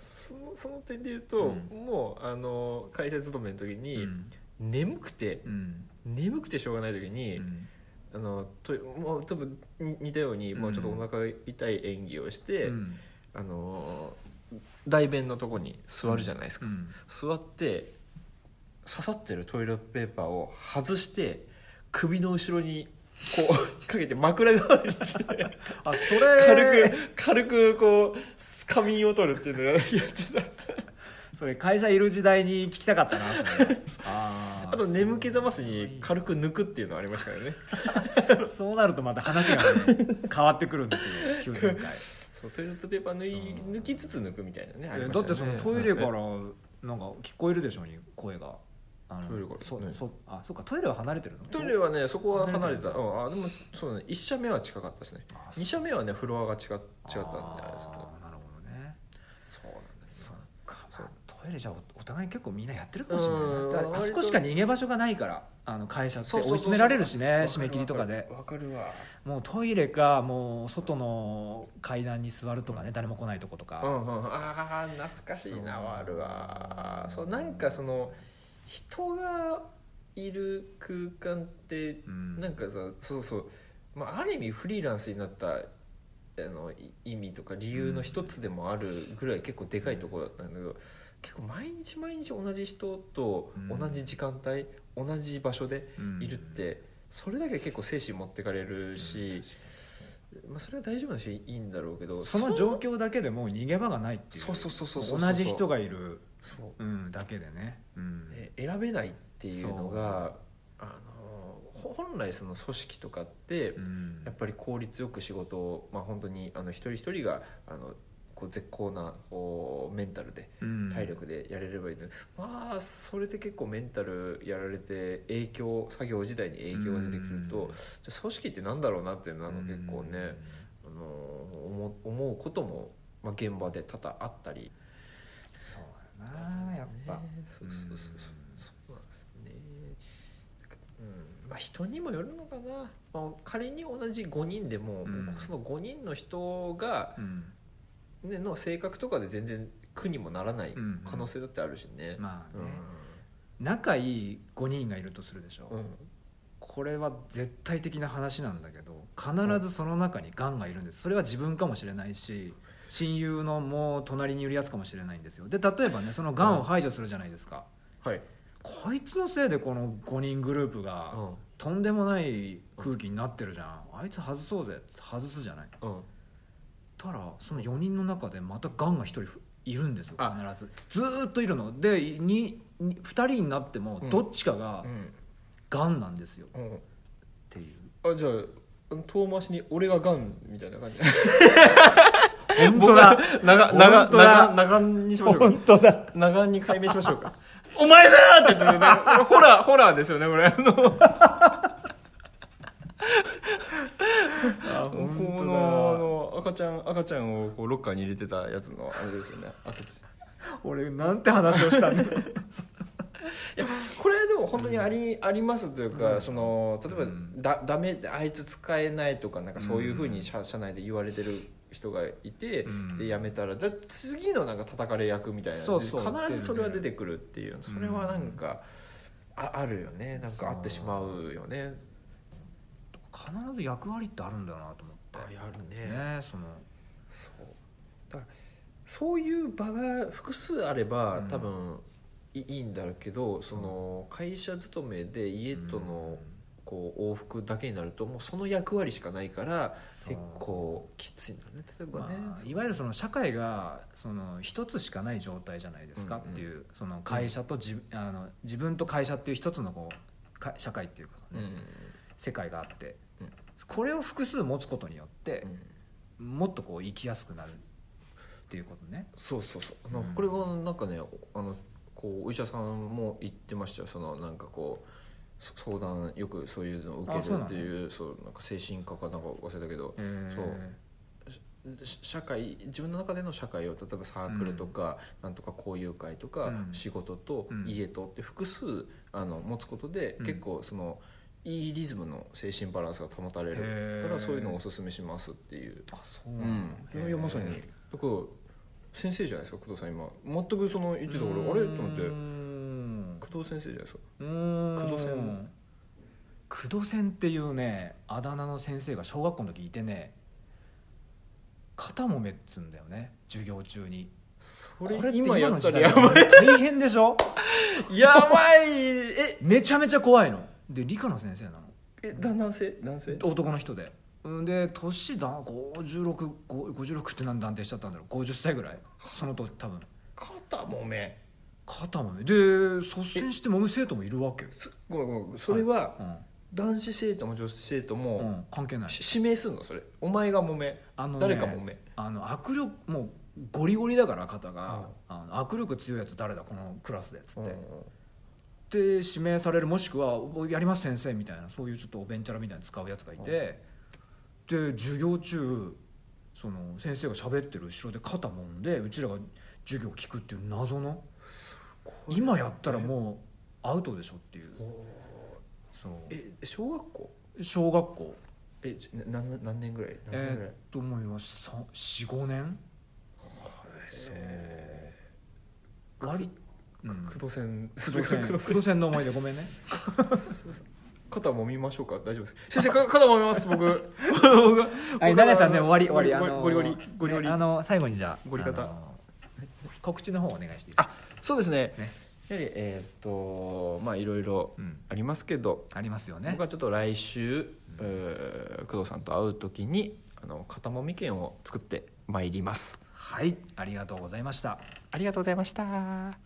Speaker 1: そのその点で言うと、
Speaker 2: う
Speaker 1: もうあの会社勤めの時
Speaker 2: う
Speaker 1: に、
Speaker 2: ん
Speaker 1: 眠くて
Speaker 2: うん
Speaker 1: 眠くてしょうがない時に、
Speaker 2: うん
Speaker 1: あのともう多分に似たように、
Speaker 2: うん
Speaker 1: もうちょっとお腹痛い演技をして、
Speaker 2: うん
Speaker 1: あの大便のとこに座るじゃないですか、
Speaker 2: うん
Speaker 1: 座って刺さってるトイレットペーパーを外して首の後ろにこう かけて枕代わりにして
Speaker 2: あそれ
Speaker 1: 軽く軽くこう仮眠を取るっていうのをやってた
Speaker 2: それ会社いる時代に聞きたかったな それあ
Speaker 1: あと眠気覚ましに軽く抜くっていうのはありましたからね
Speaker 2: くそうなるとまた話がね、変わってくるんですよ急展開
Speaker 1: そうトイレットペーパー抜い
Speaker 2: そう
Speaker 1: 抜きつつ抜くみたいなねあり
Speaker 2: え
Speaker 1: まし
Speaker 2: だ
Speaker 1: たよ
Speaker 2: ってその
Speaker 1: ね
Speaker 2: トイレからなんか聞こえるでしょうに声があの
Speaker 1: トイレから
Speaker 2: そう、
Speaker 1: ね
Speaker 2: そうあそうかトイレは離れてるの
Speaker 1: トイレはねそこは離れてた、
Speaker 2: 離れて
Speaker 1: う
Speaker 2: た
Speaker 1: ん、あでもそうだね1社目は近かったですね
Speaker 2: あそう
Speaker 1: 2社目はねフロアが違違ったんであれですけど
Speaker 2: あーなるほどね
Speaker 1: そうなんです
Speaker 2: そ
Speaker 1: よ
Speaker 2: っか、
Speaker 1: そう
Speaker 2: まあトイレじゃおお互い結構みんなやってるかもしれな
Speaker 1: うん
Speaker 2: いだからあそこしか逃げ場所がないからあの会社って追
Speaker 1: そう
Speaker 2: い
Speaker 1: そうそう
Speaker 2: 詰められるしね
Speaker 1: わ
Speaker 2: 締め切りとかで
Speaker 1: わかるわ
Speaker 2: もうトイレかもう外の階段に座るとかね誰も来ないとこと
Speaker 1: う
Speaker 2: か、
Speaker 1: んうんああ懐かしいな
Speaker 2: そう
Speaker 1: わるわそうなんかその人がいる空間って
Speaker 2: うん
Speaker 1: なんかさそうそう、まあ、ある意味フリーランスになったあのい意味とか理由の一つでもあるぐらい結構でかいところだったんだけど結構毎日毎日同じ人と
Speaker 2: うん
Speaker 1: 同じ時間帯、同じ場所でいるってそれだけ結構精神持ってかれるし、まあ、それは大丈夫だしいいんだろうけど
Speaker 2: その状況だけでもう逃げ場がないっていう
Speaker 1: そうそうそうそうそう
Speaker 2: 同じ人がいる、
Speaker 1: そう
Speaker 2: うん、だけでね、うん
Speaker 1: ね選べないっていうのがあのほ本来その組織とかって、
Speaker 2: うん
Speaker 1: やっぱり効率よく仕事を、まあ、本当にあの一人一人があのこう絶好なこうメンタルで
Speaker 2: うん
Speaker 1: 体力でやれればいいのに、まあそれで結構メンタルやられて影響作業自体に影響が出てくると、
Speaker 2: うん
Speaker 1: じゃあ組織ってなんだろうなっていうのはなんか結構ね、あの思思うことも、まあ、現場で多々あったり。
Speaker 2: そうだなやっぱ、
Speaker 1: ねそうそうそうそうそうなんですよねなんかうんまあ人にもよるのかな、まあ、仮に同じ5人でも、
Speaker 2: うん
Speaker 1: その5人の人が、
Speaker 2: うん
Speaker 1: ね、の性格とかで全然苦にもならない
Speaker 2: うん
Speaker 1: 可能性だってあるしね、
Speaker 2: まあね、
Speaker 1: うん
Speaker 2: 仲いい5人がいるとするでしょ、
Speaker 1: うん
Speaker 2: これは絶対的な話なんだけど必ずその中にがんがいるんですそれは自分かもしれないし親友のもう隣にいるやつかもしれないんですよで例えばねそのがんを排除するじゃないですか、
Speaker 1: はい、
Speaker 2: こいつのせいでこの5人グループが
Speaker 1: うん
Speaker 2: とんでもない空気になってるじゃんあいつ外そうぜって外すじゃない
Speaker 1: うん、
Speaker 2: たらその4人の中でまたがんが1人ふいるんですよ
Speaker 1: あ
Speaker 2: 必ずずーっといるのでにに2人になっても
Speaker 1: うん
Speaker 2: どっちかががんなんですよ、っ
Speaker 1: うんうん
Speaker 2: ていう
Speaker 1: あじゃあ遠回しに俺がガンみたいな感じ
Speaker 2: 本当だ
Speaker 1: 僕は長長
Speaker 2: 本当だ
Speaker 1: 長長にしましょうか
Speaker 2: 当だ
Speaker 1: 長に解明しましょうかお前だーって言ってたよねこれホラーホラーですよねこれあのこ
Speaker 2: 本当
Speaker 1: のあの赤ちゃん赤ちゃんをこうロッカーに入れてたやつのあれですよね赤ちゃん
Speaker 2: だ俺なんて話をしたんだ
Speaker 1: いやこれでも本当にあり,、ありますという
Speaker 2: う
Speaker 1: か、
Speaker 2: ん
Speaker 1: その例えば、
Speaker 2: うん
Speaker 1: だダメあいつ使えないとかなんかそういうふう
Speaker 2: う
Speaker 1: に
Speaker 2: ん
Speaker 1: 社,、社内で言われてる人がいて、
Speaker 2: うん
Speaker 1: で辞めたらだ次のなんか叩かれ役みたいな
Speaker 2: そうそう
Speaker 1: で必ずそれは出てくるっていうそれはなんか、ああるよねなんかあってしまうよね
Speaker 2: 必ず役割ってあるんだなと思
Speaker 1: あ
Speaker 2: っ
Speaker 1: やる
Speaker 2: てねその
Speaker 1: そうだからそういう場が複数あれば、
Speaker 2: うん
Speaker 1: 多分いいいんだろうけどその会社勤めで家とのこう往復だけになるともうその役割しかないから
Speaker 2: そう
Speaker 1: 結構きついんだね例えばね、
Speaker 2: まあ、いわゆるその社会がその一つしかない状態じゃないですかっていう、その会社と自,、あの自分と会社っていう一つのこうか社会っていうか
Speaker 1: う
Speaker 2: ね、
Speaker 1: ん
Speaker 2: 世界があって、
Speaker 1: うん
Speaker 2: これを複数持つことによって
Speaker 1: う、ん
Speaker 2: もっとこう生きやすくなるっていうことね。
Speaker 1: そうそうそうあの、
Speaker 2: うん
Speaker 1: これはなんかねあのこうお医者さんも言ってましたよそのなんかこうそ相談よくそういうのを受
Speaker 2: あ
Speaker 1: け
Speaker 2: そうな
Speaker 1: るっ
Speaker 2: の
Speaker 1: ていうそうなんか精神科かなんか忘れたけど、し社会自分の中での社会を例えばサークルとか、なんとか交友会とか、
Speaker 2: うん
Speaker 1: 仕事と
Speaker 2: うん
Speaker 1: 家とって複数あの持つことで、
Speaker 2: うん
Speaker 1: 結構そのいいリズムの精神バランスが保たれ
Speaker 2: へ
Speaker 1: る
Speaker 2: ー
Speaker 1: からそういうのをおすすめしますっていう、
Speaker 2: あそう
Speaker 1: う
Speaker 2: なの
Speaker 1: ん、
Speaker 2: へ
Speaker 1: いやまさにだから先生じゃないですか工藤さん今全くその言ってたからあれと思って
Speaker 2: うーん
Speaker 1: 工藤先生じゃないですか
Speaker 2: うーん
Speaker 1: 工藤線
Speaker 2: 工藤線っていうねあだ名の先生が小学校の時いてね肩もめっつんだよね授業中に
Speaker 1: それ今やったらやばい
Speaker 2: ばい大変でしょ
Speaker 1: やばいえ
Speaker 2: めちゃめちゃ怖いので理科の先生なの
Speaker 1: え男性男性
Speaker 2: 男の人でうんで年だ56ご56って何断定しちゃったんだろう50歳ぐらいその時多分
Speaker 1: 肩もめ
Speaker 2: 肩もめで率先して揉む生徒もいるわけよ、
Speaker 1: すごめんごめんそれは、
Speaker 2: うん
Speaker 1: 男子生徒も女子生徒も、
Speaker 2: うん、関係ない
Speaker 1: し指名するのそれお前が揉め
Speaker 2: あのね
Speaker 1: 誰か揉め
Speaker 2: あの握力もうゴリゴリだから肩
Speaker 1: う
Speaker 2: が
Speaker 1: ん、
Speaker 2: あの握力強いやつ誰だこのクラスでっつ
Speaker 1: う
Speaker 2: っ
Speaker 1: ん
Speaker 2: て、で指名されるもしくはお「やります先生」みたいなそういうちょっとおべんちゃらみたいなの使うやつがいて、で授業中その先生が喋ってる後ろで肩もんでうちらが授業聞くっていう謎の今やったらもうアウトでしょっていうそう
Speaker 1: え小学校
Speaker 2: 小学校
Speaker 1: えちな何何年ぐらい何年ぐら
Speaker 2: えー
Speaker 1: い
Speaker 2: っ、と思います45年そう割りうん
Speaker 1: 工藤線
Speaker 2: 工藤線工藤線の思い出ごめ んね
Speaker 1: 肩揉みましょうか大丈 夫です先生か肩揉めます僕 僕
Speaker 2: は
Speaker 1: が
Speaker 2: い
Speaker 1: 僕が
Speaker 2: 永井さんね終わり終わりあの
Speaker 1: ゴリゴリゴリゴリ
Speaker 2: ねあの最後にじゃあ
Speaker 1: ゴリ方
Speaker 2: あの告知の方お願いしていいですか
Speaker 1: あそうですね
Speaker 2: ね
Speaker 1: やはりえーっとまあいろいろ
Speaker 2: うん
Speaker 1: ありますけど、
Speaker 2: ありますよね
Speaker 1: 僕はちょっと来週、えー工藤さんと会う時にあの肩もみ券を作ってまいります
Speaker 2: はいありがとうございました
Speaker 1: ありがとうございました